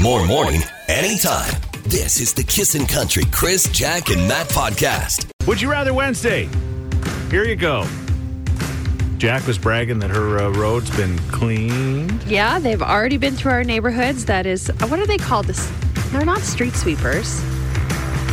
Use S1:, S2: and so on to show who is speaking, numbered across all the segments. S1: more morning, anytime. This is the Kissin' Country Chris, Jack, and Matt podcast.
S2: Would you rather Wednesday? Here you go. Jack was bragging that her uh, road's been cleaned.
S3: Yeah, they've already been through our neighborhoods. That is, uh, what are they called? This, they're not street sweepers,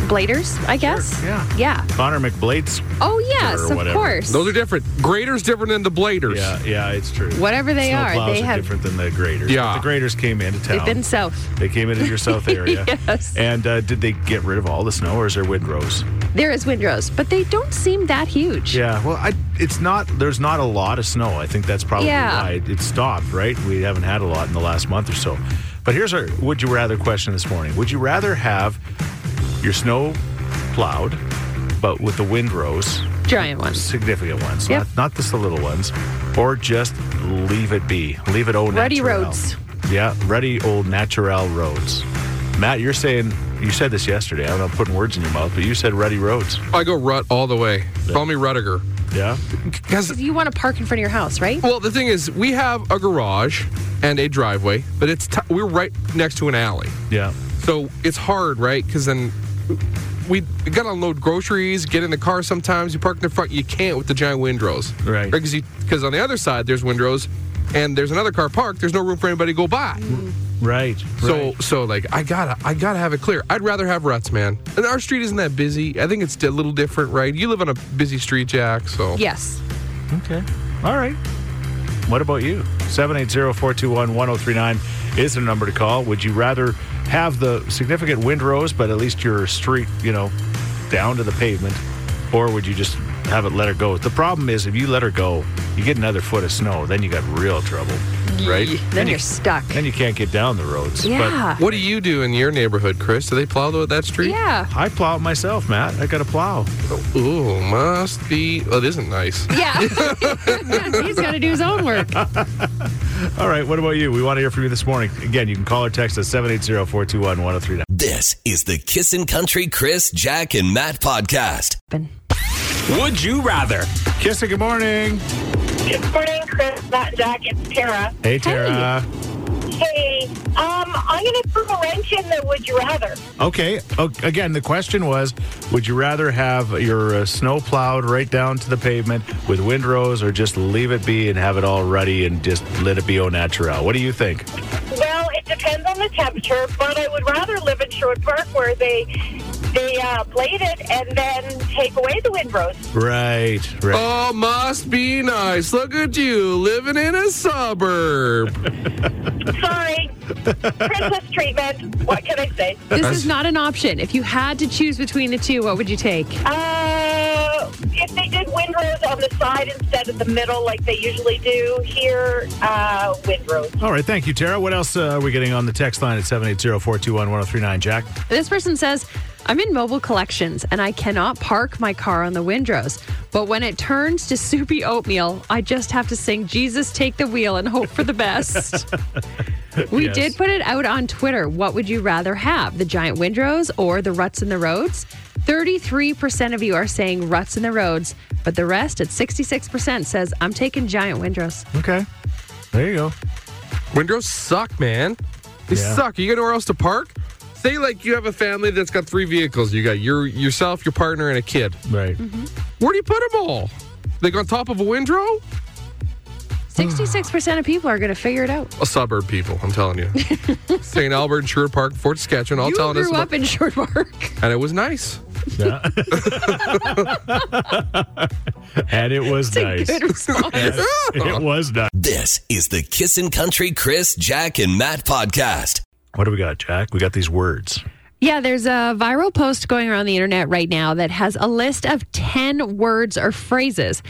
S3: bladers, I guess.
S2: yeah.
S3: Yeah.
S2: Connor McBlade's.
S3: Oh yes,
S2: Or
S3: of
S2: whatever.
S3: course.
S4: Those are different. Grader's different than the bladers.
S2: Yeah, yeah, it's true.
S3: Whatever they
S2: Snow
S3: are,
S2: plows
S3: they have-
S2: different than the graders.
S4: Yeah.
S2: the graders came into town.
S3: they've been south.
S2: They came into your south area.
S3: Yes.
S2: And uh, did they get rid of all the snow, or is there windrows?
S3: There is windrows, but they don't seem that huge.
S2: Yeah. Well, I, it's not. There's not a lot of snow. I think that's probably
S3: Yeah.
S2: why it, it stopped. Right. We haven't had a lot in the last month or so. But here's our would you rather question this morning. Would you rather have your snow plowed, but with the windrows,
S3: Giant ones.
S2: significant ones,
S3: Yep.
S2: not, not just the little ones, or just leave it be, leave it old.
S3: Ruddy
S2: natural.
S3: roads.
S2: Yeah, ruddy old natural roads. Matt, you're saying you said this yesterday. I don't know, I'm putting words in your mouth, but you said ruddy roads.
S4: I go rut all the way. Call me Ruttiger.
S2: Yeah.
S4: Because,
S3: You want to park in front of your house, right?
S4: well, the thing is, we have a garage and a driveway, but it's t- we're right next to an alley.
S2: Yeah.
S4: So it's hard, right? Because then we got to unload groceries, get in the car sometimes. You park in the front, you can't with the giant windrows.
S2: Right.
S4: Because on the other side, there's windrows and there's another car parked. There's no room for anybody to go by.
S3: Mm.
S2: Right.
S4: So, so like I gotta, I gotta have it clear. I'd rather have ruts, man. And our street isn't that busy. I think it's a little different, right? You live on a busy street, Jack. So
S3: Yes.
S2: Okay. All right. What about you? 780-421-1039 is the number to call. Would you rather have the significant windrows, but at least your street, you know, down to the pavement, or would you just have it let her go? The problem is if you let her go, you get another foot of snow, then you got real trouble, right?
S3: Then
S2: you-
S3: you're stuck.
S2: Then you can't get down the roads.
S3: yeah.
S4: What do you do in your neighborhood, Chris? Do they plow the, that street? Oh,
S3: yeah.
S2: But I plow it myself, Matt. I got to plow.
S4: Ooh, must be. Well, it isn't nice.
S3: Yeah. He's got to do his own work.
S2: All right, what about you? We want to hear from you this morning. Again, you can call or text us 780-421-1039.
S1: This is the Kissin' Country Chris, Jack, and Matt podcast.
S5: Would you rather?
S2: Kissa, good morning.
S6: Good morning, Chris, Matt, Jack. It's Tara.
S2: Hey, Tara.
S6: Hey, um, I'm going to throw a wrench in the would you rather.
S2: Okay. O- Again, the question was Would you rather have your uh, snow plowed right down to the pavement with windrows or just leave it be and have it all ruddy and just let it be au naturel? What do you think?
S6: Well, it depends on the temperature, but I would rather live in Sherwood Park where they they uh, blade it and then take away the windrows.
S2: Right. Right.
S4: Oh, must be nice. Look at you living in a suburb.
S6: Sorry, Christmas treatment. What can I say?
S3: This is not an option. If you had to choose between the two, what would you take?
S6: Uh, if they did windrows on the side instead of the middle, like they usually do here, uh, windrows.
S2: All right. Thank you, Tara. What else uh, are we getting on the text line at 780 421 1039? Jack?
S3: This person says, I'm in mobile collections and I cannot park my car on the windrows. But when it turns to soupy oatmeal, I just have to sing Jesus Take the Wheel and hope for the best. we
S2: Yes.
S3: did put it out on Twitter. What would you rather have, the giant windrows or the ruts in the roads? 33% of you are saying ruts in the roads, but the rest at 66% says, I'm taking giant windrows.
S2: Okay. There you go.
S4: Windrows suck, man. They
S2: Yeah.
S4: suck. You got nowhere else to park. Say like you have a family that's got three vehicles. You got your yourself, your partner, and a kid. Mm-hmm.
S2: Right.
S4: Where do you put them all? Like on top of a windrow?
S3: 66% of people are going to figure it out.
S4: A suburb, people. I'm telling you. St. Albert, and Sherwood Park, Fort Saskatchewan. All
S3: you
S4: telling us,
S3: grew
S4: about-
S3: up in Short Park.
S4: and it was nice.
S2: Yeah. and it was nice.
S3: Good response.
S2: It was nice.
S1: This is the Kissin' Country Chris, Jack, and Matt podcast.
S2: What do we got, Jack? We got these words.
S3: Yeah, there's a viral post going around the internet right now that has a list of 10 words or phrases.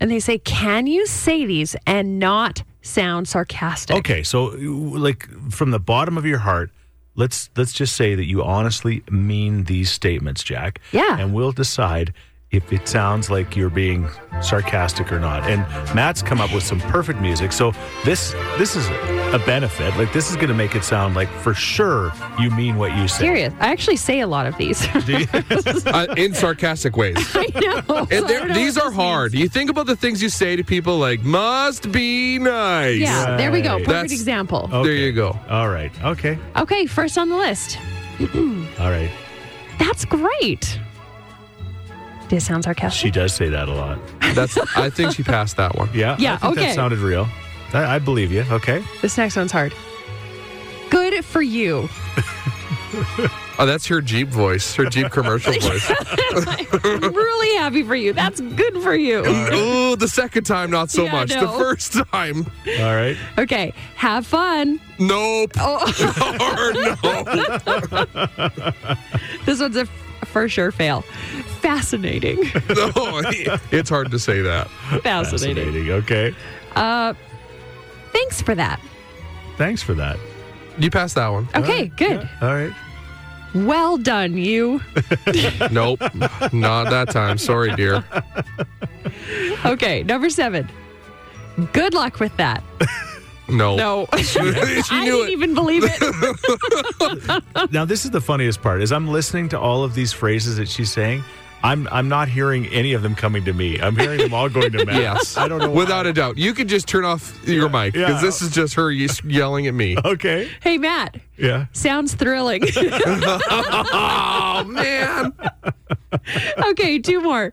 S3: And they say, can you say these and not sound sarcastic?
S2: Okay, so like from the bottom of your heart, let's let's just say that you honestly mean these statements, Jack.
S3: Yeah.
S2: And we'll decide if it sounds like you're being sarcastic or not. And Matt's come up with some perfect music. So this this is a benefit. Like this is going to make it sound like for sure you mean what you say.
S3: Serious. I actually say a lot of these.
S4: uh, in sarcastic ways.
S3: I know.
S4: And
S3: So I
S4: they're-
S3: don't know
S4: these
S3: what
S4: are
S3: this
S4: hard.
S3: means.
S4: You think about the things you say to people like "must be nice."
S3: Yeah, there we go.
S2: Right.
S3: Perfect
S4: That's-
S3: example.
S2: Okay.
S4: There you go.
S2: All right. Okay.
S3: Okay, first on the list.
S2: All right.
S3: That's great. This sounds sarcastic.
S2: She does say that a lot.
S4: That's. I think she passed that one.
S2: Yeah.
S3: Yeah,
S2: I think
S3: okay.
S2: That sounded real. I, I believe you. Okay.
S3: This next one's hard. Good for you.
S4: Oh, that's her Jeep voice. Her Jeep commercial voice.
S3: I'm really happy for you. That's good for you.
S4: Ooh, the second time not so
S3: Yeah, I
S4: much. The
S3: know.
S4: first time,
S2: All right.
S3: Okay, have fun.
S4: nope.
S3: Oh,
S4: Or no.
S3: this one's a f- for sure fail. Fascinating.
S4: No. It's hard to say that.
S3: Fascinating.
S2: Fascinating. Okay.
S3: Uh, Thanks for that.
S2: Thanks for that.
S4: You passed that one.
S3: Okay, good.
S2: All right.
S3: Well done, you.
S4: Nope. Not that time. Sorry, dear.
S3: Okay, number seven. Good luck with that.
S4: No.
S3: No,
S4: she knew
S3: I didn't
S4: it.
S3: even believe it.
S2: Now this is the funniest part is I'm listening to all of these phrases that she's saying. I'm I'm not hearing any of them coming to me. I'm hearing them all going to Matt.
S4: Yes.
S2: I don't know. Why.
S4: Without a doubt. You could just turn off your mic because
S2: yeah.
S4: this is just her ye- yelling at me.
S2: Okay.
S3: hey, Matt,
S2: Yeah.
S3: sounds thrilling.
S4: Oh, man.
S3: okay, two more.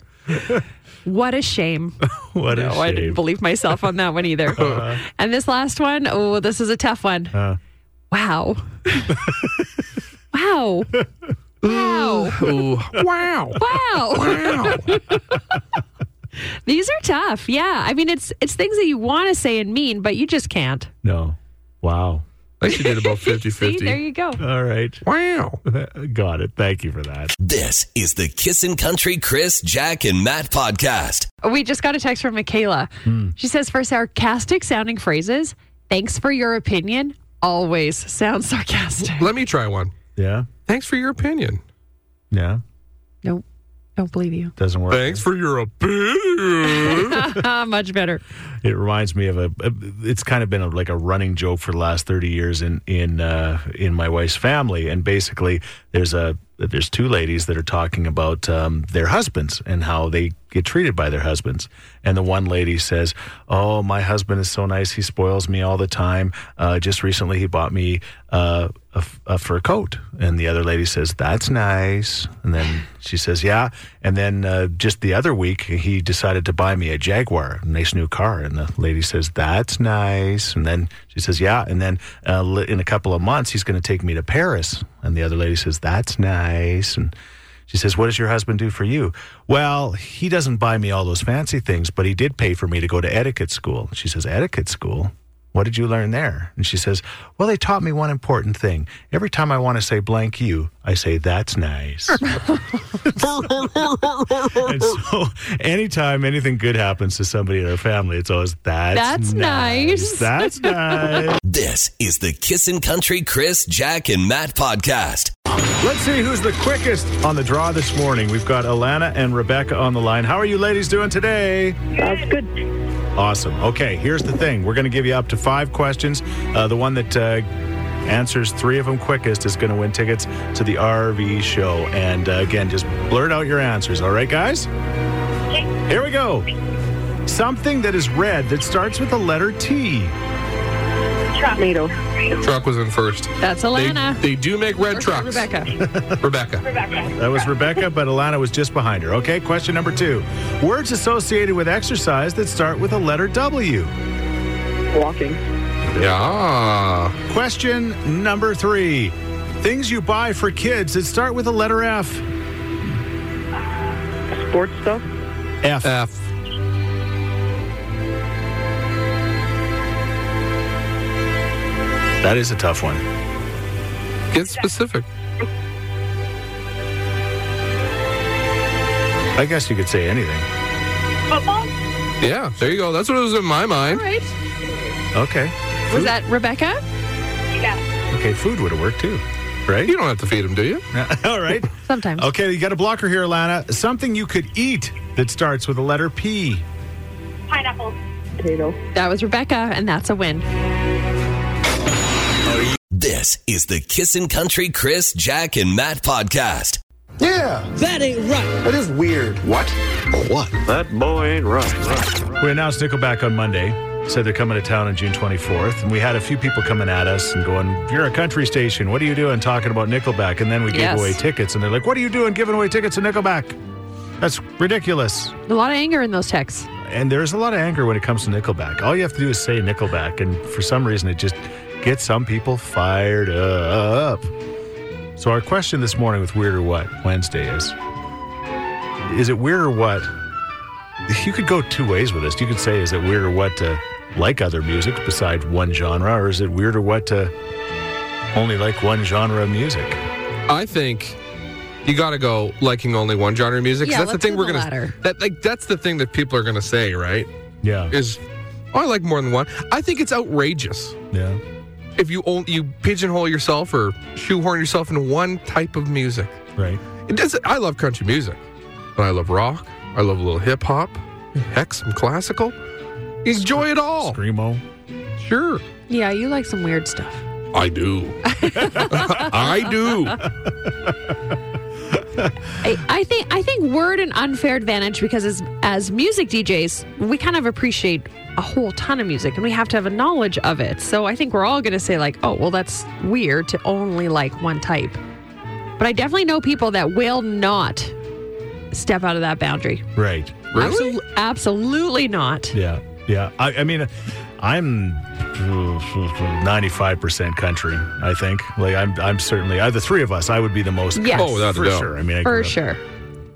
S3: What a shame.
S2: What a
S3: No,
S2: shame. Uh-huh.
S3: I didn't believe myself on that one either. And this last one, oh, this is a tough one. Wow. wow. Wow.
S4: Ooh. Wow.
S3: Wow.
S4: Wow.
S3: These are tough. Yeah. I mean, it's it's things that you want to say and mean, but you just can't.
S2: no. Wow.
S4: I think she did about 50
S3: See, there
S4: 50.
S3: you go.
S2: All right.
S4: Wow.
S2: Got it. Thank you for that.
S1: This is the Kissin' Country Chris, Jack, and Matt podcast.
S3: We just got a text from Michaela. She says, for sarcastic sounding phrases, thanks for your opinion always sounds sarcastic.
S4: Let me try one.
S2: Yeah.
S4: Thanks for your opinion.
S2: Yeah.
S3: Nope. Don't believe you.
S2: Doesn't work.
S4: Thanks for your opinion.
S3: Ah, much better.
S2: It reminds me of a, a- It's kind of been a, like a running joke for the last thirty years in in uh, in my wife's family, and basically there's a there's two ladies that are talking about um, their husbands and how they get treated by their husbands, and the one lady says, "Oh, my husband is so nice. He spoils me all the time. Uh, just recently, he bought me." Uh, a, f- a fur coat. And the other lady says, That's nice. And then she says, Yeah. And then uh, just the other week, he decided to buy me a Jaguar, a nice new car. And the lady says, That's nice. And then she says, Yeah. And then uh, li- in a couple of months, he's going to take me to Paris. And the other lady says, That's nice. And she says, What does your husband do for you? Well, he doesn't buy me all those fancy things, but he did pay for me to go to etiquette school. She says, Etiquette school? What did you learn there? And she says, Well, they taught me one important thing. Every time I want to say blank you, I say, That's nice. and so anytime anything good happens to somebody in our family, it's always, That's,
S3: That's nice."
S2: That's nice.
S1: This is the Kissin' Country Chris, Jack, and Matt podcast.
S2: Let's see who's the quickest on the draw this morning. We've got Alana and Rebecca on the line. How are you ladies doing today?
S6: That's good.
S2: Awesome. Okay, here's the thing. We're going to give you up to five questions. Uh, the one that uh, answers three of them quickest is going to win tickets to the RV show. And uh, again, just blurt out your answers. All right, guys? Here we go. Something that is red that starts with the letter T.
S6: Tomato.
S4: Truck was in first.
S3: That's
S4: They,
S3: Alana.
S4: they do make red
S3: Or
S4: trucks.
S3: Rebecca.
S4: Rebecca.
S6: Rebecca.
S2: That was Rebecca, but Alana was just behind her. Okay, question number two. Words associated with exercise that start with a letter W.
S6: Walking.
S4: Yeah.
S2: Question number three. Things you buy for kids that start with a letter F.
S6: Sports stuff.
S2: F.
S4: F.
S2: That is a tough one.
S4: Get specific.
S2: I guess you could say anything.
S6: Football.
S4: Yeah. There you go. That's what was in my
S3: All
S4: mind.
S3: right.
S2: Okay.
S3: Was that Rebecca?
S6: Yeah.
S2: Okay, food would have worked too, right?
S4: You don't have to feed them, do you?
S2: All right.
S3: Sometimes.
S2: Okay, you got a blocker here, Alana. Something you could eat that starts with a letter P.
S6: Pineapple. Potato.
S3: That was Rebecca, and that's a win.
S1: This is the Kissin' Country Chris, Jack, and Matt podcast.
S7: That ain't right.
S8: That is weird. What? What?
S9: That boy ain't right.
S2: We announced Nickelback on Monday. Said they're coming to town on June 24th, and we had a few people coming at us and going, "You're a country station. What are you doing talking about Nickelback?" And then we gave
S3: Yes.
S2: away tickets, and they're like, "What are you doing giving away tickets to Nickelback? That's ridiculous."
S3: A lot of anger in those texts.
S2: And there's a lot of anger when it comes to Nickelback. All you have to do is say Nickelback, and for some reason, it just gets some people fired up. So, our question this morning with Weird or What Wednesday is Is it weird or what? You could go two ways with this. You could say, Is it weird or what to like other music besides one genre, or is it weird or what to only like one genre of music?
S4: I think you got to go liking only one genre of music. 'cause
S3: Yeah,
S4: that's
S3: let's
S4: the thing
S3: do
S4: we're
S3: the
S4: gonna
S3: latter.
S4: that like that's the thing that people are gonna say, right?
S2: Yeah.
S4: Is oh, I like more than one. I think it's outrageous
S2: Yeah.
S4: if you only you pigeonhole yourself or shoehorn yourself into one type of music.
S2: Right.
S4: It doesn't. I love country music, but I love rock. I love a little hip hop. Heck, some classical. Enjoy it all.
S2: Screamo.
S4: Sure.
S3: Yeah, you like some weird stuff.
S4: I do. I do.
S3: I, I think I think we're at an unfair advantage because as as music DJs, we kind of appreciate a whole ton of music and we have to have a knowledge of it. So I think we're all going to say like, "Oh, well that's weird to only like one type." But I definitely know people that will not step out of that boundary.
S2: Right.
S4: Really?
S3: Absol- absolutely not.
S2: Yeah, yeah. I, I mean, I'm 95% country. I think. Like, I'm. I'm certainly. Uh, the three of us, I would be the most.
S3: Yes.
S4: Oh, without a
S2: for
S4: doubt.
S2: sure. I mean, I grew
S3: For
S2: up,
S3: sure.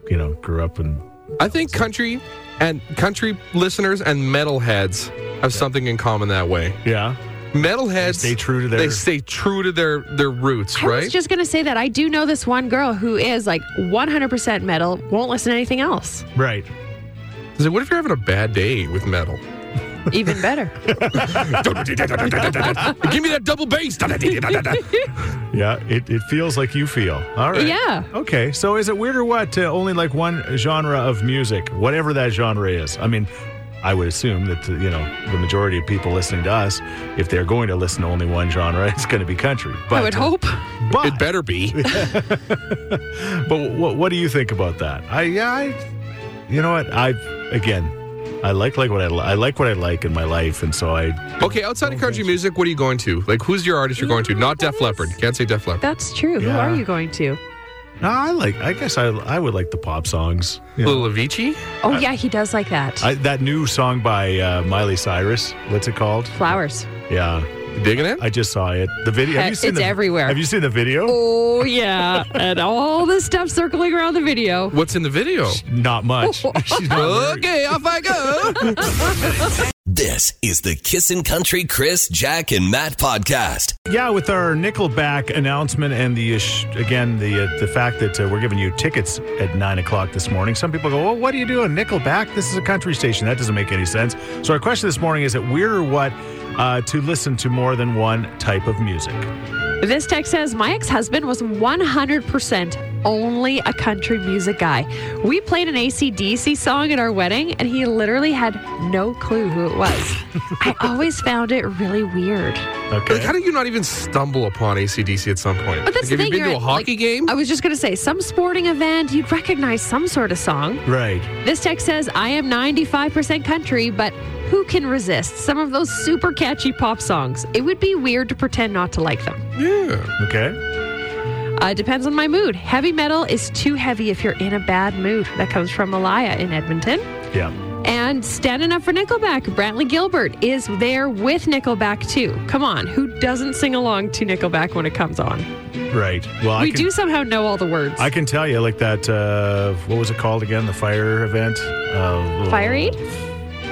S2: You know, grew up in.
S4: I think country and country listeners and metalheads have something in common that way.
S2: Yeah.
S4: Metalheads
S2: They stay true to their-
S4: they stay true to their their roots,
S3: I
S4: right?
S3: was just going to say that I do know this one girl who is like 100% metal, won't listen to anything else.
S2: Right.
S4: Is it- what if you're having a bad day with metal?
S3: Even better.
S4: Give me that double bass.
S2: Yeah. It, it feels like you feel. All right.
S3: Yeah.
S2: Okay. So is it weird or what to only like one genre of music, whatever that genre is? I mean. I would assume that you know the majority of people listening to us, if they're going to listen to only one genre, it's going to be country. But uh,
S3: I would hope.
S2: But,
S4: it better be.
S2: But what, what do you think about that? I yeah, I, you know what? I again, I like like what I li- I like what I like in my life, and so I
S4: Okay, outside of country music, what are you going to? Like, who's your artist you're going to? Not Def Leppard. Can't say Def Leppard.
S3: That's true. Who
S2: Yeah.
S3: are you going to?
S2: no, I like. I guess I I would like the pop songs. You know.
S4: Little Avicii.
S3: Oh, yeah, he does like that.
S2: I, that new song by uh, Miley Cyrus. What's it called?
S3: Flowers.
S2: Yeah,
S4: Digging it.
S2: I just saw it. The video. Have
S3: Heck,
S2: you seen
S3: it's
S2: the-
S3: everywhere.
S2: Have you seen the video?
S3: Oh, yeah. and all the stuff circling around the video.
S4: What's in the video?
S2: Not much. She's not very-
S4: Okay, off I go.
S1: This is the Kissin' Country Chris, Jack, and Matt podcast.
S2: Yeah, with our Nickelback announcement and the ish, again the uh, the fact that uh, we're giving you tickets at nine o'clock this morning. Some people go, "Well, what are you doing, Nickelback? This is a country station. That doesn't make any sense." So our question this morning is: It weird or what uh, to listen to more than one type of music?
S3: This text says My ex husband was 100% only a country music guy. We played an ACDC song at our wedding, and he literally had no clue who it was. I always found it really weird.
S4: Like,
S2: Okay,
S4: how do you not even stumble upon ACDC at some point?
S3: But that's
S4: like, have you
S3: the thing.
S4: been
S3: you're
S4: to a
S3: at,
S4: hockey
S3: like-
S4: game?
S3: I was just going to say, some sporting event, you'd recognize some sort of song.
S2: right.
S3: This text says, I am 95% country, but who can resist some of those super catchy pop songs? It would be weird to pretend not to like them.
S4: yeah.
S2: Okay,
S3: Uh, it depends on my mood. Heavy metal is too heavy if you're in a bad mood. That comes from Malaya in Edmonton.
S2: yeah,
S3: And standing up for Nickelback, Brantley Gilbert is there with Nickelback too. Come on, who doesn't sing along to Nickelback when it comes on?
S2: right. Well, I
S3: we
S2: can,
S3: do somehow know all the words.
S2: I can tell you, like that. Uh, what was it called again? The fire event. Uh,
S3: Fire Aid?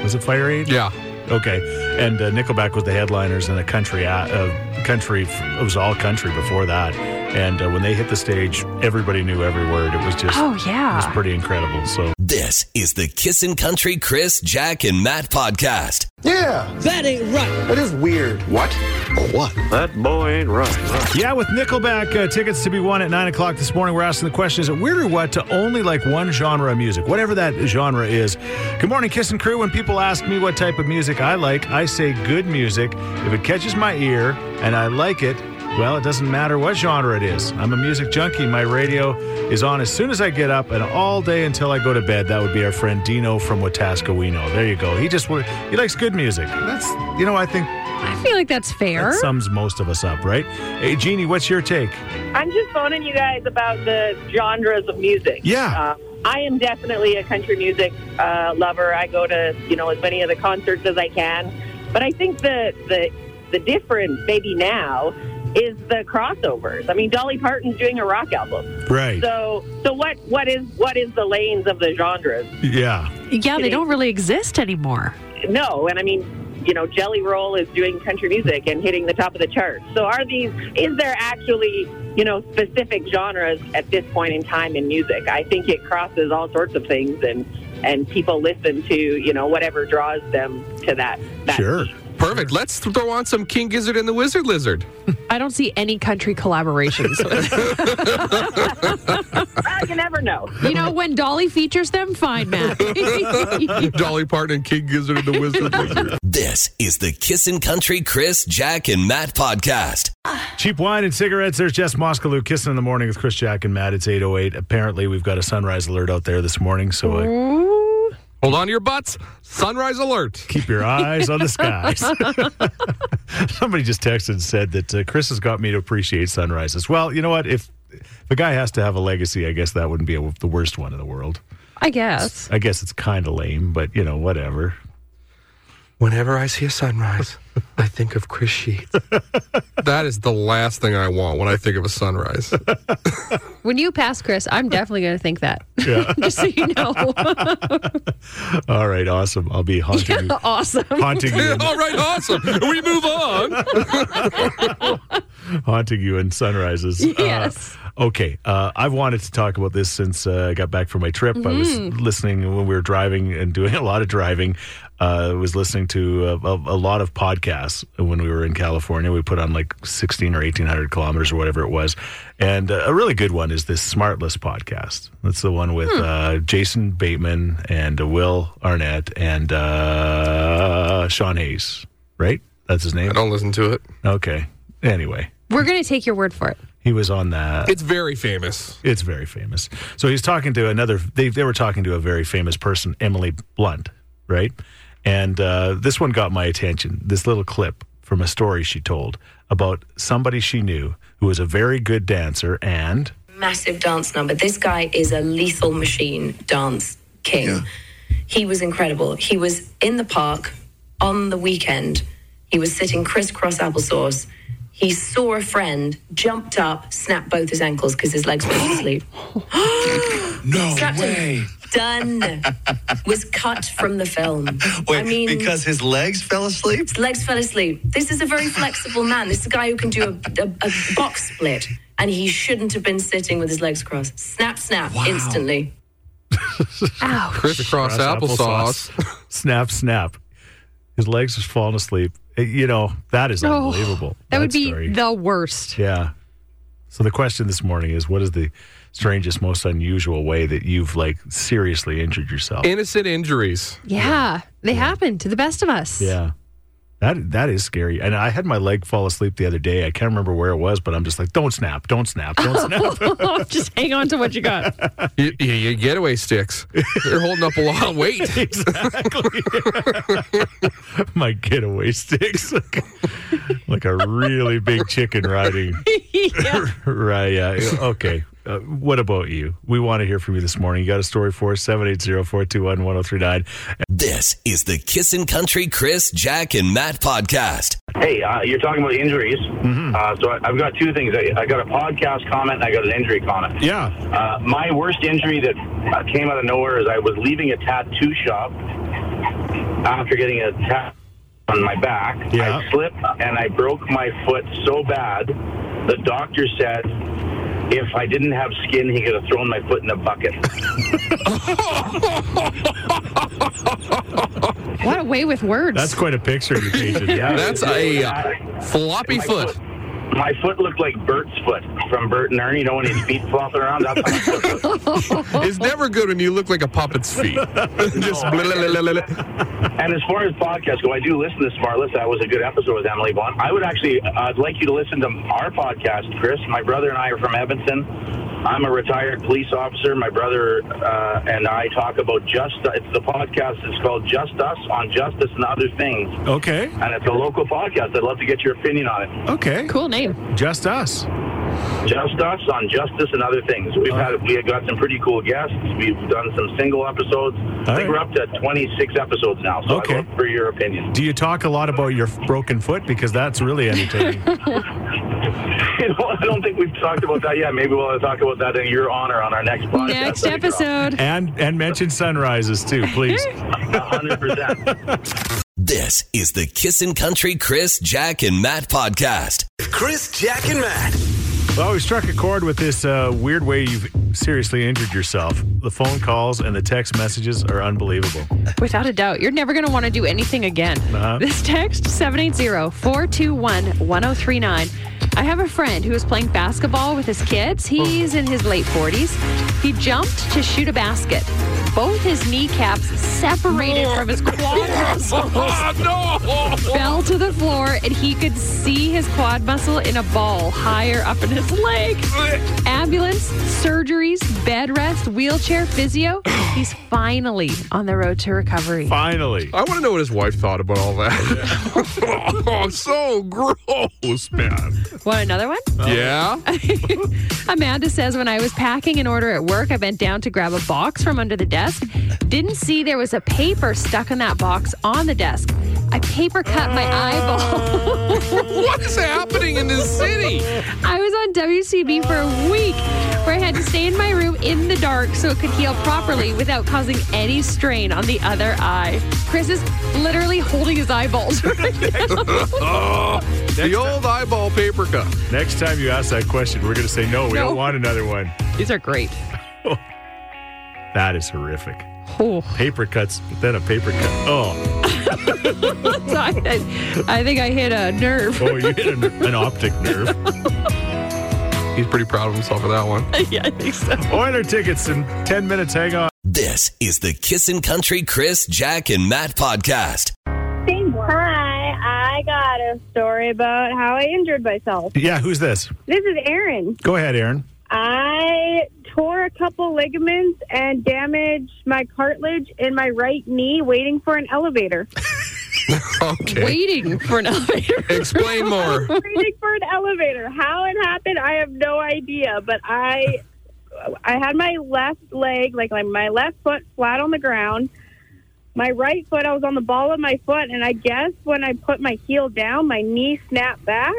S2: Was it Fire Aid?
S4: Yeah.
S2: Okay, and uh, Nickelback was the headliners in the country. a- Uh, country it was all country before that, and uh, when they hit the stage, everybody knew every word. It was just
S3: oh,
S2: it was
S3: yeah.
S2: pretty incredible. So
S1: This is the Kissin' Country Chris, Jack, and Matt podcast.
S8: Yeah.
S7: That ain't right.
S8: That is weird. What? What?
S9: That boy ain't right.
S2: yeah, with Nickelback uh, tickets to be won at nine o'clock this morning, we're asking the question: Is it weird or what to only like one genre of music, whatever that genre is? Good morning, Kiss and Crew. When people ask me what type of music I like, I say good music if it catches my ear and I like it. Well, it doesn't matter what genre it is. I'm a music junkie. My radio is on as soon as I get up and all day until I go to bed. That would be our friend Dino from Wetaskiwino. There you go. He just wa- he likes good music. That's you know I think
S3: I feel like that's fair.
S2: that sums most of us up, right? Hey Jeannie, what's your take?
S6: I'm just phoning you guys about the genres of music.
S2: Yeah.
S6: Uh, I am definitely a country music uh, lover. I go to you know as many of the concerts as I can, but I think the the the difference maybe now is the crossovers. I mean, Dolly Parton's doing a rock album,
S2: Right.
S6: so so what what is what is the lanes of the genres?
S2: Yeah.
S3: yeah, they don't really exist anymore.
S6: No, and I mean. You know, Jelly Roll is doing country music and hitting the top of the chart. So, are these? Is there actually, you know, specific genres at this point in time in music? I think it crosses all sorts of things, and and people listen to, you know, whatever draws them to that. that
S2: Sure.
S4: Perfect. Let's throw on some King Gizzard and the Wizard Lizard.
S3: I don't see any country collaborations.
S10: Uh,
S6: Well, you never know.
S3: you know, when Dolly features them, fine, Matt.
S4: Dolly Parton and King Gizzard and the Wizard Lizard.
S1: This is the Kissin' Country Chris, Jack, and Matt podcast.
S2: Cheap wine and cigarettes. There's Jess Moskaloo kissing in the morning with Chris Jack and Matt. It's 808. Apparently, we've got a sunrise alert out there this morning, so uh,
S4: Hold on to your butts. Sunrise alert.
S2: keep your eyes on the skies. Somebody just texted and said that uh, Chris has got me to appreciate sunrises. Well, you know what? If the guy has to have a legacy, I guess that wouldn't be a, the worst one in the world.
S3: I guess.
S2: I guess it's kind of lame, but you know, whatever.
S4: Whenever I see a sunrise, I think of Chris Sheets. that is the last thing I want when I think of a sunrise.
S3: When you pass Chris, I'm definitely going to think that. Just so you know.
S2: All right, awesome. I'll be haunting you.
S3: awesome.
S2: Haunting you,
S4: All right, awesome. We move on.
S2: haunting you in sunrises. Uh,
S3: Yes.
S2: Okay, uh, I've wanted to talk about this since uh, I got back from my trip. I was listening when we were driving and doing a lot of driving. Uh, I was listening to a, a, a lot of podcasts when we were in California. We put on like 16 or 1800 kilometers or whatever it was. And uh, a really good one is this Smartless podcast. That's the one with uh, Jason Bateman and uh, Will Arnett and uh, Sean Hayes, right? That's his
S4: I
S2: name?
S4: don't listen to it.
S2: Okay. Anyway,
S3: We're going to take your word for it.
S2: he was on that.
S4: It's very famous.
S2: It's very famous. So he's talking to another. They they were talking to a very famous person, Emily Blunt, right? And uh, this one got my attention. This little clip from a story she told about somebody she knew who was a very good dancer and
S10: massive dance number. This guy is a lethal machine dance king. He was incredible. He was in the park on the weekend. He was sitting crisscross applesauce. He saw a friend, jumped up, snapped both his ankles because his legs were asleep.
S8: No
S10: Captain.
S8: way.
S10: Done. Was cut from the film.
S8: Wait,
S10: I mean,
S8: because his legs fell asleep?
S10: his legs fell asleep. This is a very flexible man. This is a guy who can do a, a, a box split, and he shouldn't have been sitting with his legs crossed. Snap, snap, instantly.
S3: Ouch.
S4: Crisscross applesauce.
S2: snap, snap. His legs was falling asleep. Uh, You know that is
S3: Oh,
S2: unbelievable.
S3: That would be
S2: story.
S3: the worst.
S2: Yeah. So the question this morning is what is the strangest, most unusual way that you've like seriously injured yourself?
S4: Innocent injuries.
S3: Yeah. They happen to the best of us.
S2: yeah. That that is scary. And I had my leg fall asleep the other day. I can't remember where it was, but I'm just like, don't snap, don't snap, don't snap.
S3: Just hang on to what you got.
S4: Y- y- your getaway sticks. They're holding up a lot of weight.
S2: exactly. my getaway sticks. like, a really big chicken riding. right. Yeah. Okay. Uh, what about you? We want to hear from you this morning. You got a story for us? 780 421 1039.
S1: This is the Kissin' Country Chris, Jack, and Matt podcast.
S9: Hey, uh, you're talking about injuries.
S2: Mm-hmm.
S9: Uh, so I, I've got two things. I, I got a podcast comment and I got an injury comment.
S2: Yeah.
S9: Uh, my worst injury that uh, came out of nowhere is I was leaving a tattoo shop after getting a tattoo on my back.
S2: Yeah.
S9: I slipped and I broke my foot so bad, the doctor said if I didn't have skin, he could have thrown my foot in a bucket.
S3: What a way with words.
S2: That's quite a picture you painted. yeah.
S4: That's a uh, floppy
S9: My
S4: foot.
S9: My foot looked like Bert's foot from Bert and Ernie. You know when his feet flopping around? That's my foot.
S4: it's never good when you look like a puppet's feet. Just blah, blah, blah, blah, blah.
S9: And as far as podcasts go, I do listen to Smart List. That was a good episode with Emily Bond. I would actually, I'd like you to listen to our podcast, Chris. My brother and I are from Edmonton. I'm a retired police officer. My brother uh, and I talk about just. It's the podcast. It's called Just Us on Justice and Other Things.
S2: Okay.
S9: And it's a local podcast. I'd love to get your opinion on it.
S2: Okay.
S3: Cool name.
S2: Just us.
S9: Just Us on Justice and Other Things. We've had we have got some pretty cool guests. We've done some single episodes. I
S2: right.
S9: think we're up to 26 episodes now. So
S2: Okay.
S9: I'd love for your opinion.
S2: Do you talk a lot about your broken foot? Because that's really entertaining.
S9: Well, I don't think we've talked about that yet. Maybe we'll talk about that in your honor on our next podcast.
S3: Next episode.
S2: and and mention sunrises too, please.
S9: 100%.
S1: This is the Kissin' Country Chris, Jack, and Matt podcast.
S5: Chris, Jack, and Matt.
S2: Well, we struck a chord with this uh, weird way you've seriously injured yourself. The phone calls and the text messages are unbelievable.
S3: Without a doubt, you're never going to want to do anything again. This text 780-421-1039. I have a friend who is playing basketball with his kids. He's in his late 40s. He jumped to shoot a basket. Both his kneecaps separated from his quad muscles,
S4: Oh, no!
S3: fell to the floor, and he could see his quad muscle in a ball higher up in his leg. Ambulance, surgeries, bed rest, wheelchair, physio. He's finally on the road to recovery.
S2: Finally.
S4: I want to know what his wife thought about all that. oh, so gross, man.
S3: Want another one?
S4: Yeah?
S3: Amanda says, when I was packing an order at work, I bent down to grab a box from under the desk. Didn't see there was a paper stuck in that box on the desk. I paper cut my eyeball.
S4: what is happening in this city?
S3: I was on WCB for a week where I had to stay in my room in the dark so it could heal properly without causing any strain on the other eye. Chris is literally holding his eyeballs right now.
S4: the old eyeball paper cup.
S2: Next time you ask that question, we're going to say, no, we
S3: No.
S2: don't want another one.
S3: These are great.
S2: That is horrific.
S3: Oh.
S2: Paper cuts, then a paper cut. Oh,
S3: So I, I think I hit a nerve.
S2: oh, you hit an, an optic nerve.
S4: He's pretty proud of himself for that one.
S3: yeah, I think so.
S2: Oiler tickets in 10 minutes. Hang on.
S1: This is the Kissin' Country Chris, Jack, and Matt podcast.
S11: Hi, I got a story about how I injured myself.
S2: Yeah, who's this?
S11: This is Erin.
S2: Go ahead, Aaron.
S11: I tore a couple ligaments and damaged my cartilage in my right knee waiting for an elevator.
S4: Okay.
S3: Waiting for an elevator.
S4: Explain more.
S11: waiting for an elevator. How it happened, I have no idea, but I I had my left leg, like, like my left foot flat on the ground. My right foot, I was on the ball of my foot, and I guess when I put my heel down, my knee snapped back.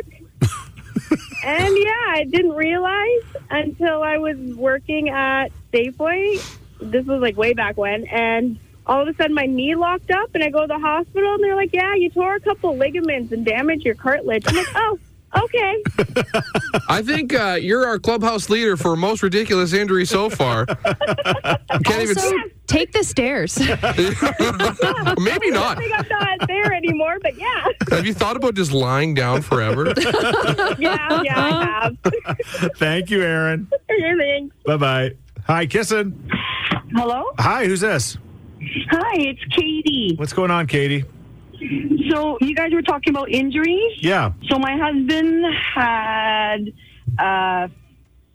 S11: and yeah, I didn't realize until I was working at Safeway. This was like way back when, and all of a sudden my knee locked up, and I go to the hospital, and they're like, "Yeah, you tore a couple ligaments and damaged your cartilage." I'm like, "Oh, okay."
S4: I think uh, you're our clubhouse leader for most ridiculous injury so far. You can't even.
S3: Also, take the stairs.
S4: Maybe
S11: I
S4: not.
S11: think I'm not there anymore, but yeah,
S4: Have you thought about just lying down forever?
S11: yeah, yeah, I have.
S2: Thank you, Aaron.
S3: Uh-huh.
S2: Bye bye. Hi, Kissin.
S12: Hello?
S2: Hi, who's this?
S12: Hi, it's Katie.
S2: What's going on, Katie?
S12: So, you guys were talking about injuries.
S2: Yeah.
S12: So, my husband had a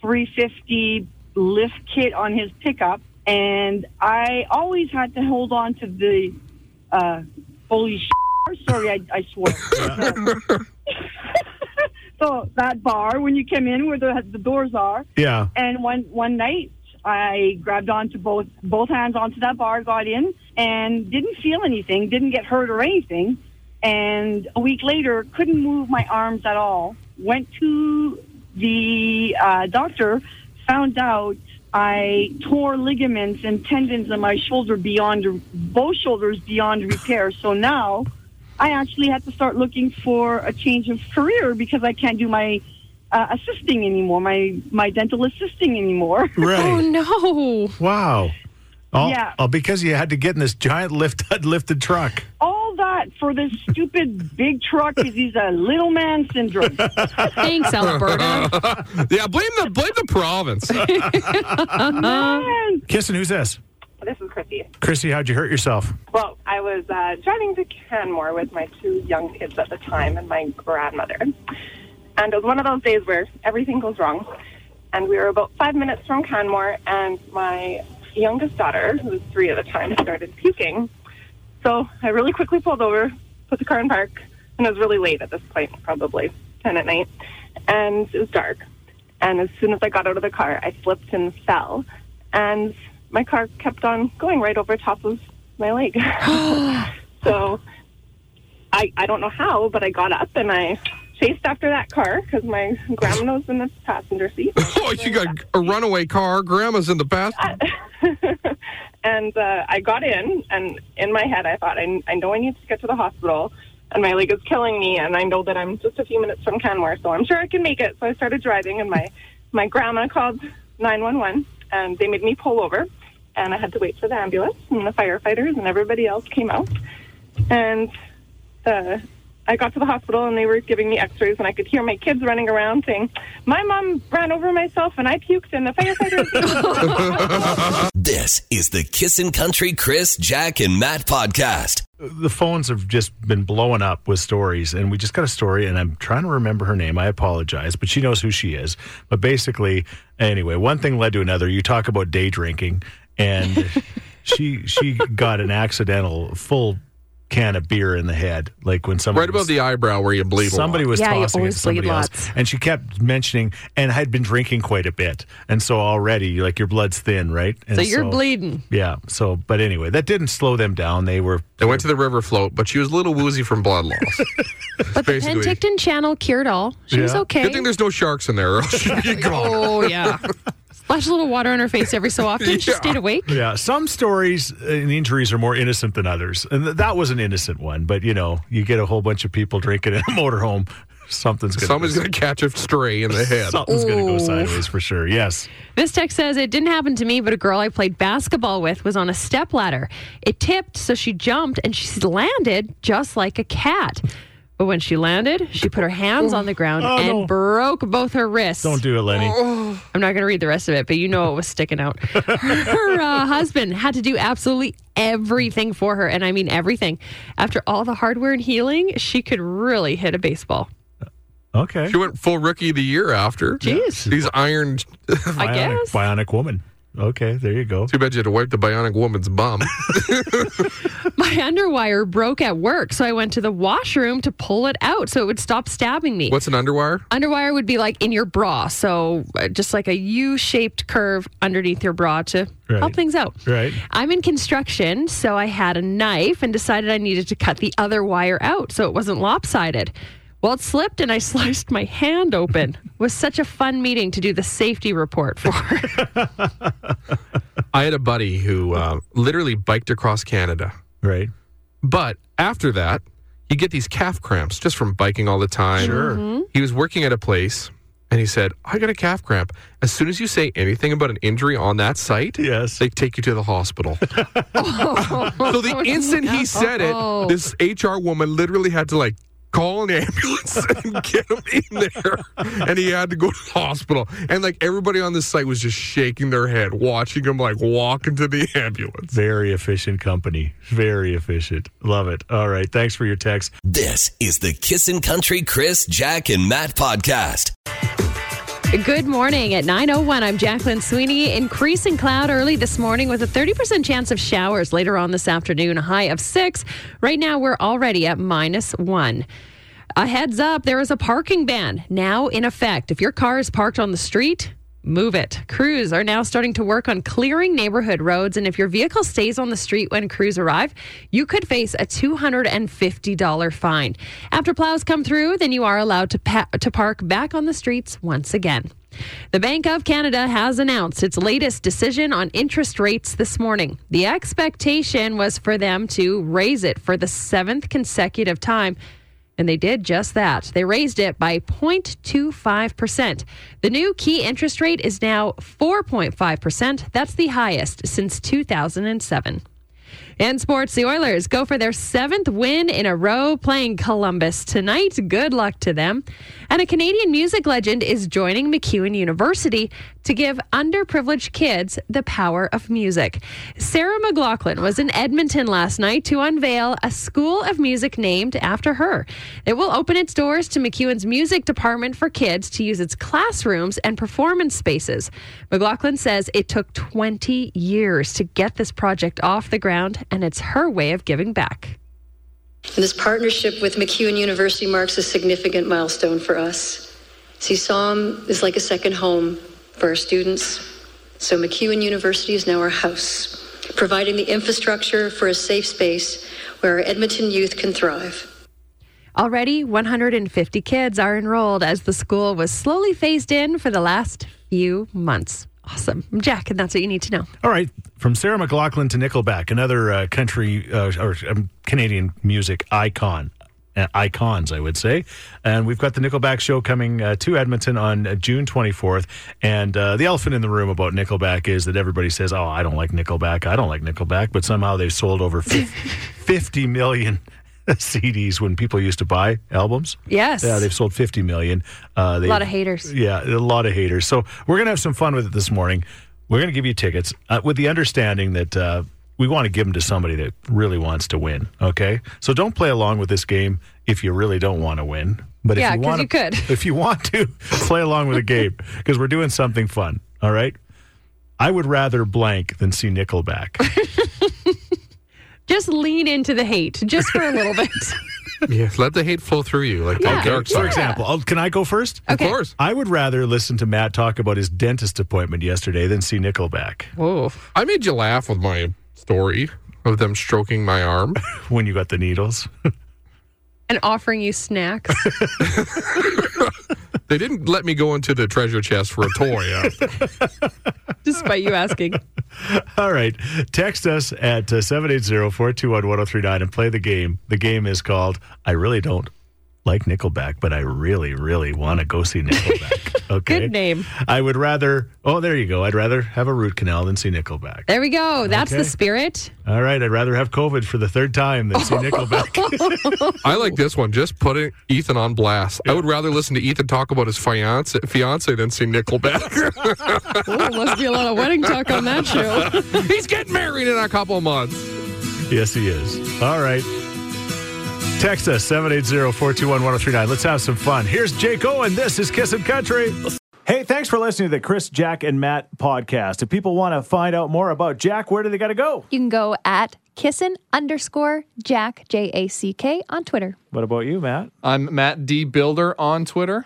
S12: 350 lift kit on his pickup, and I always had to hold on to the uh, holy sh- Sorry, I, I swear. so, that bar when you come in where the, the doors are.
S2: Yeah.
S12: And one one night, I grabbed onto both both hands onto that bar, got in, and didn't feel anything, didn't get hurt or anything. And a week later, couldn't move my arms at all. Went to the uh, doctor, found out I tore ligaments and tendons in my shoulder beyond both shoulders beyond repair. So now. I actually had to start looking for a change of career because I can't do my uh, assisting anymore, my my dental assisting anymore.
S3: Oh,
S2: Right.
S3: no.
S2: Wow. Oh,
S12: Yeah.
S2: oh, because you had to get in this giant lift, lifted truck.
S12: All all that for this stupid big truck because he's a little man syndrome.
S3: Thanks, Alberta.
S4: yeah, blame the blame the province.
S12: Man.
S2: Kissing, who's this?
S13: This is Chrissy.
S2: Chrissy, how'd you hurt yourself?
S13: Well, I was uh, driving to Canmore with my two young kids at the time and my grandmother. And it was one of those days where everything goes wrong. And we were about five minutes from Canmore, and my youngest daughter, who was three at the time, started puking. So I really quickly pulled over, put the car in park, and it was really late at this point, probably 10 at night. And it was dark. And as soon as I got out of the car, I slipped and fell. And my car kept on going right over top of my leg. so I, I don't know how, but I got up and I chased after that car because my grandma was in the passenger seat.
S4: oh, you got a runaway car. Grandma's in the past.
S13: and uh, I got in, and in my head, I thought, I, I know I need to get to the hospital, and my leg is killing me, and I know that I'm just a few minutes from Canmore, so I'm sure I can make it. So I started driving, and my my grandma called 911, and they made me pull over, and I had to wait for the ambulance and the firefighters and everybody else came out, and the. I got to the hospital and they were giving me x-rays and I could hear my kids running around saying, my mom ran over myself and I puked and the firefighters.
S1: This is the Kissin' Country Chris, Jack, and Matt podcast.
S2: The phones have just been blowing up with stories, and we just got a story, and I'm trying to remember her name. I apologize, but she knows who she is. But basically, anyway, one thing led to another. You talk about day drinking, and she she got an accidental full can of beer in the head, like when somebody
S4: Right above the eyebrow where you bleed. a lot.
S2: Somebody was
S3: Yeah, you
S2: tossing it
S3: always
S2: to somebody
S3: bleed
S2: else,
S3: lots.
S2: and she kept mentioning, and had been drinking quite a bit, and so already like your blood's thin, right? And
S3: so you're bleeding.
S2: Yeah. So, but anyway, that didn't slow them down. They were
S4: They went to the river float, but she was a little woozy from blood loss.
S3: But the Penticton Channel cured all. She was
S4: Yeah.
S3: okay.
S4: Good thing there's no sharks in there. or else she'd be gone.
S3: Oh yeah. Splash a little water on her face every so often. She
S4: Yeah.
S3: stayed awake.
S2: Yeah, some stories and injuries are more innocent than others, and th- that was an innocent one. But you know, you get a whole bunch of people drinking in a motorhome, something's gonna
S4: Someone's going to catch a stray in the head.
S2: something's gonna go
S3: Ooh.
S2: sideways for sure. Yes,
S3: This text says it didn't happen to me, but a girl I played basketball with was on a step ladder. It tipped, so she jumped and she landed just like a cat. But when she landed, she put her hands on the ground
S2: Oh,
S3: and
S2: no.
S3: broke both her wrists.
S2: don't do it, Lenny.
S3: I'm not going to read the rest of it, but you know it was sticking out. Her uh, husband had to do absolutely everything for her, and I mean everything. After all the hardware and healing, she could really hit a baseball.
S2: Okay,
S4: She went full rookie of the year after.
S3: Jeez.
S4: These ironed.
S3: I
S2: bionic,
S3: guess.
S2: bionic woman. Okay, there you go.
S4: Too bad you had to wipe the bionic woman's bum.
S3: My underwire broke at work, so I went to the washroom to pull it out so it would stop stabbing me.
S4: What's an underwire?
S3: Underwire would be like in your bra, so uh, just like a U shaped curve underneath your bra to
S2: Right.
S3: help things out.
S2: Right.
S3: I'm in construction, so I had a knife and decided I needed to cut the other wire out so it wasn't lopsided. Well, it slipped and I sliced my hand open. It was such a fun meeting to do the safety report for.
S4: I had a buddy who uh, literally biked across Canada.
S2: Right.
S4: But after that, you get these calf cramps just from biking all the time.
S2: Sure. Mm-hmm.
S4: He was working at a place and he said, I got a calf cramp. As soon as you say anything about an injury on that site,
S2: Yes.
S4: they take you to the hospital. so the instant he said
S3: no.
S4: it, this HR woman literally had to like call an ambulance and get him in there. And he had to go to the hospital. And like everybody on the site was just shaking their head, watching him like walk into the ambulance.
S2: Very efficient company. Very efficient. Love it. All right. Thanks for your text.
S1: This is the Kissin' Country Chris, Jack, and Matt podcast.
S3: Good morning at 9.01. I'm Jacqueline Sweeney. Increasing cloud early this morning with a 30% chance of showers later on this afternoon, a high of six. Right now, we're already at minus one. A heads up there is a parking ban now in effect. If your car is parked on the street, Move it. Crews are now starting to work on clearing neighborhood roads. And if your vehicle stays on the street when crews arrive, you could face a $250 fine. After plows come through, then you are allowed to, pa- to park back on the streets once again. The Bank of Canada has announced its latest decision on interest rates this morning. The expectation was for them to raise it for the seventh consecutive time. And they did just that. They raised it by 0.25%. The new key interest rate is now 4.5%. That's the highest since 2007. In sports, the Oilers go for their seventh win in a row playing Columbus tonight. Good luck to them. And a Canadian music legend is joining McEwen University to give underprivileged kids the power of music. Sarah McLaughlin was in Edmonton last night to unveil a school of music named after her. It will open its doors to McEwen's music department for kids to use its classrooms and performance spaces. McLaughlin says it took 20 years to get this project off the ground, and it's her way of giving back.
S14: This partnership with McEwen University marks a significant milestone for us. CSOM is like a second home for our students. So McEwen University is now our house, providing the infrastructure for a safe space where our Edmonton youth can thrive.
S3: Already, 150 kids are enrolled as the school was slowly phased in for the last few months. Awesome. I'm Jack, and that's what you need to know.
S2: All right, from Sarah McLaughlin to Nickelback, another uh, country uh, or um, Canadian music icon. Uh, icons, I would say. And we've got the Nickelback show coming uh, to Edmonton on uh, June 24th. And uh, the elephant in the room about Nickelback is that everybody says, oh, I don't like Nickelback. I don't like Nickelback. But somehow they've sold over fif- 50 million CDs when people used to buy albums.
S3: Yes.
S2: Yeah, they've sold 50 million. Uh, they,
S3: Lot of haters.
S2: Yeah, a lot of haters. So we're going to have some fun with it this morning. We're going to give you tickets uh, with the understanding that uh, we want to give them to somebody that really wants to win. Okay. So don't play along with this game if you really don't want to win. But
S3: Yeah,
S2: if you
S3: 'cause
S2: want
S3: you could.
S2: if you want to play along with a game, because we're doing something fun. All right. I would rather blank than see Nickelback.
S3: Just lean into the hate, just for a little bit.
S4: Yeah, let the hate flow through you, like
S3: Yeah,
S4: the dark side.
S2: For example, oh, can I go first?
S3: Okay. course.
S2: I would rather listen to Matt talk about his dentist appointment yesterday than see Nickelback.
S3: Whoa.
S4: I made you laugh with my story of them stroking my arm.
S2: when you got the needles.
S3: And offering you snacks.
S4: They didn't let me go into the treasure chest for a toy. uh,
S3: despite you asking.
S2: All right. Text us at uh, 780 421 1039 and play the game. The game is called I Really Don't Like Nickelback, but I Really, Really Want to Go See Nickelback. Okay.
S3: Good name.
S2: I would rather, oh, there you go. I'd rather have a root canal than see Nickelback.
S3: There we go. That's
S2: Okay.
S3: the spirit.
S2: All right. I'd rather have COVID for the third time than see Nickelback.
S4: I like this one. Just putting Ethan on blast. I would rather listen to Ethan talk about his fiance, fiance than see Nickelback.
S3: Oh, must be a lot of wedding talk on that show.
S4: He's getting married in a couple months.
S2: Yes, he is. All right. Text us 780 421 1039. Let's have some fun. Here's Jake Owen. This is Kissin' Country. Hey, thanks for listening to the Chris, Jack, and Matt podcast. If people want to find out more about Jack, where do they got to go?
S15: You can go at kissin underscore jack, J A C K, on Twitter.
S2: What about you, Matt?
S16: I'm Matt D. Builder on Twitter.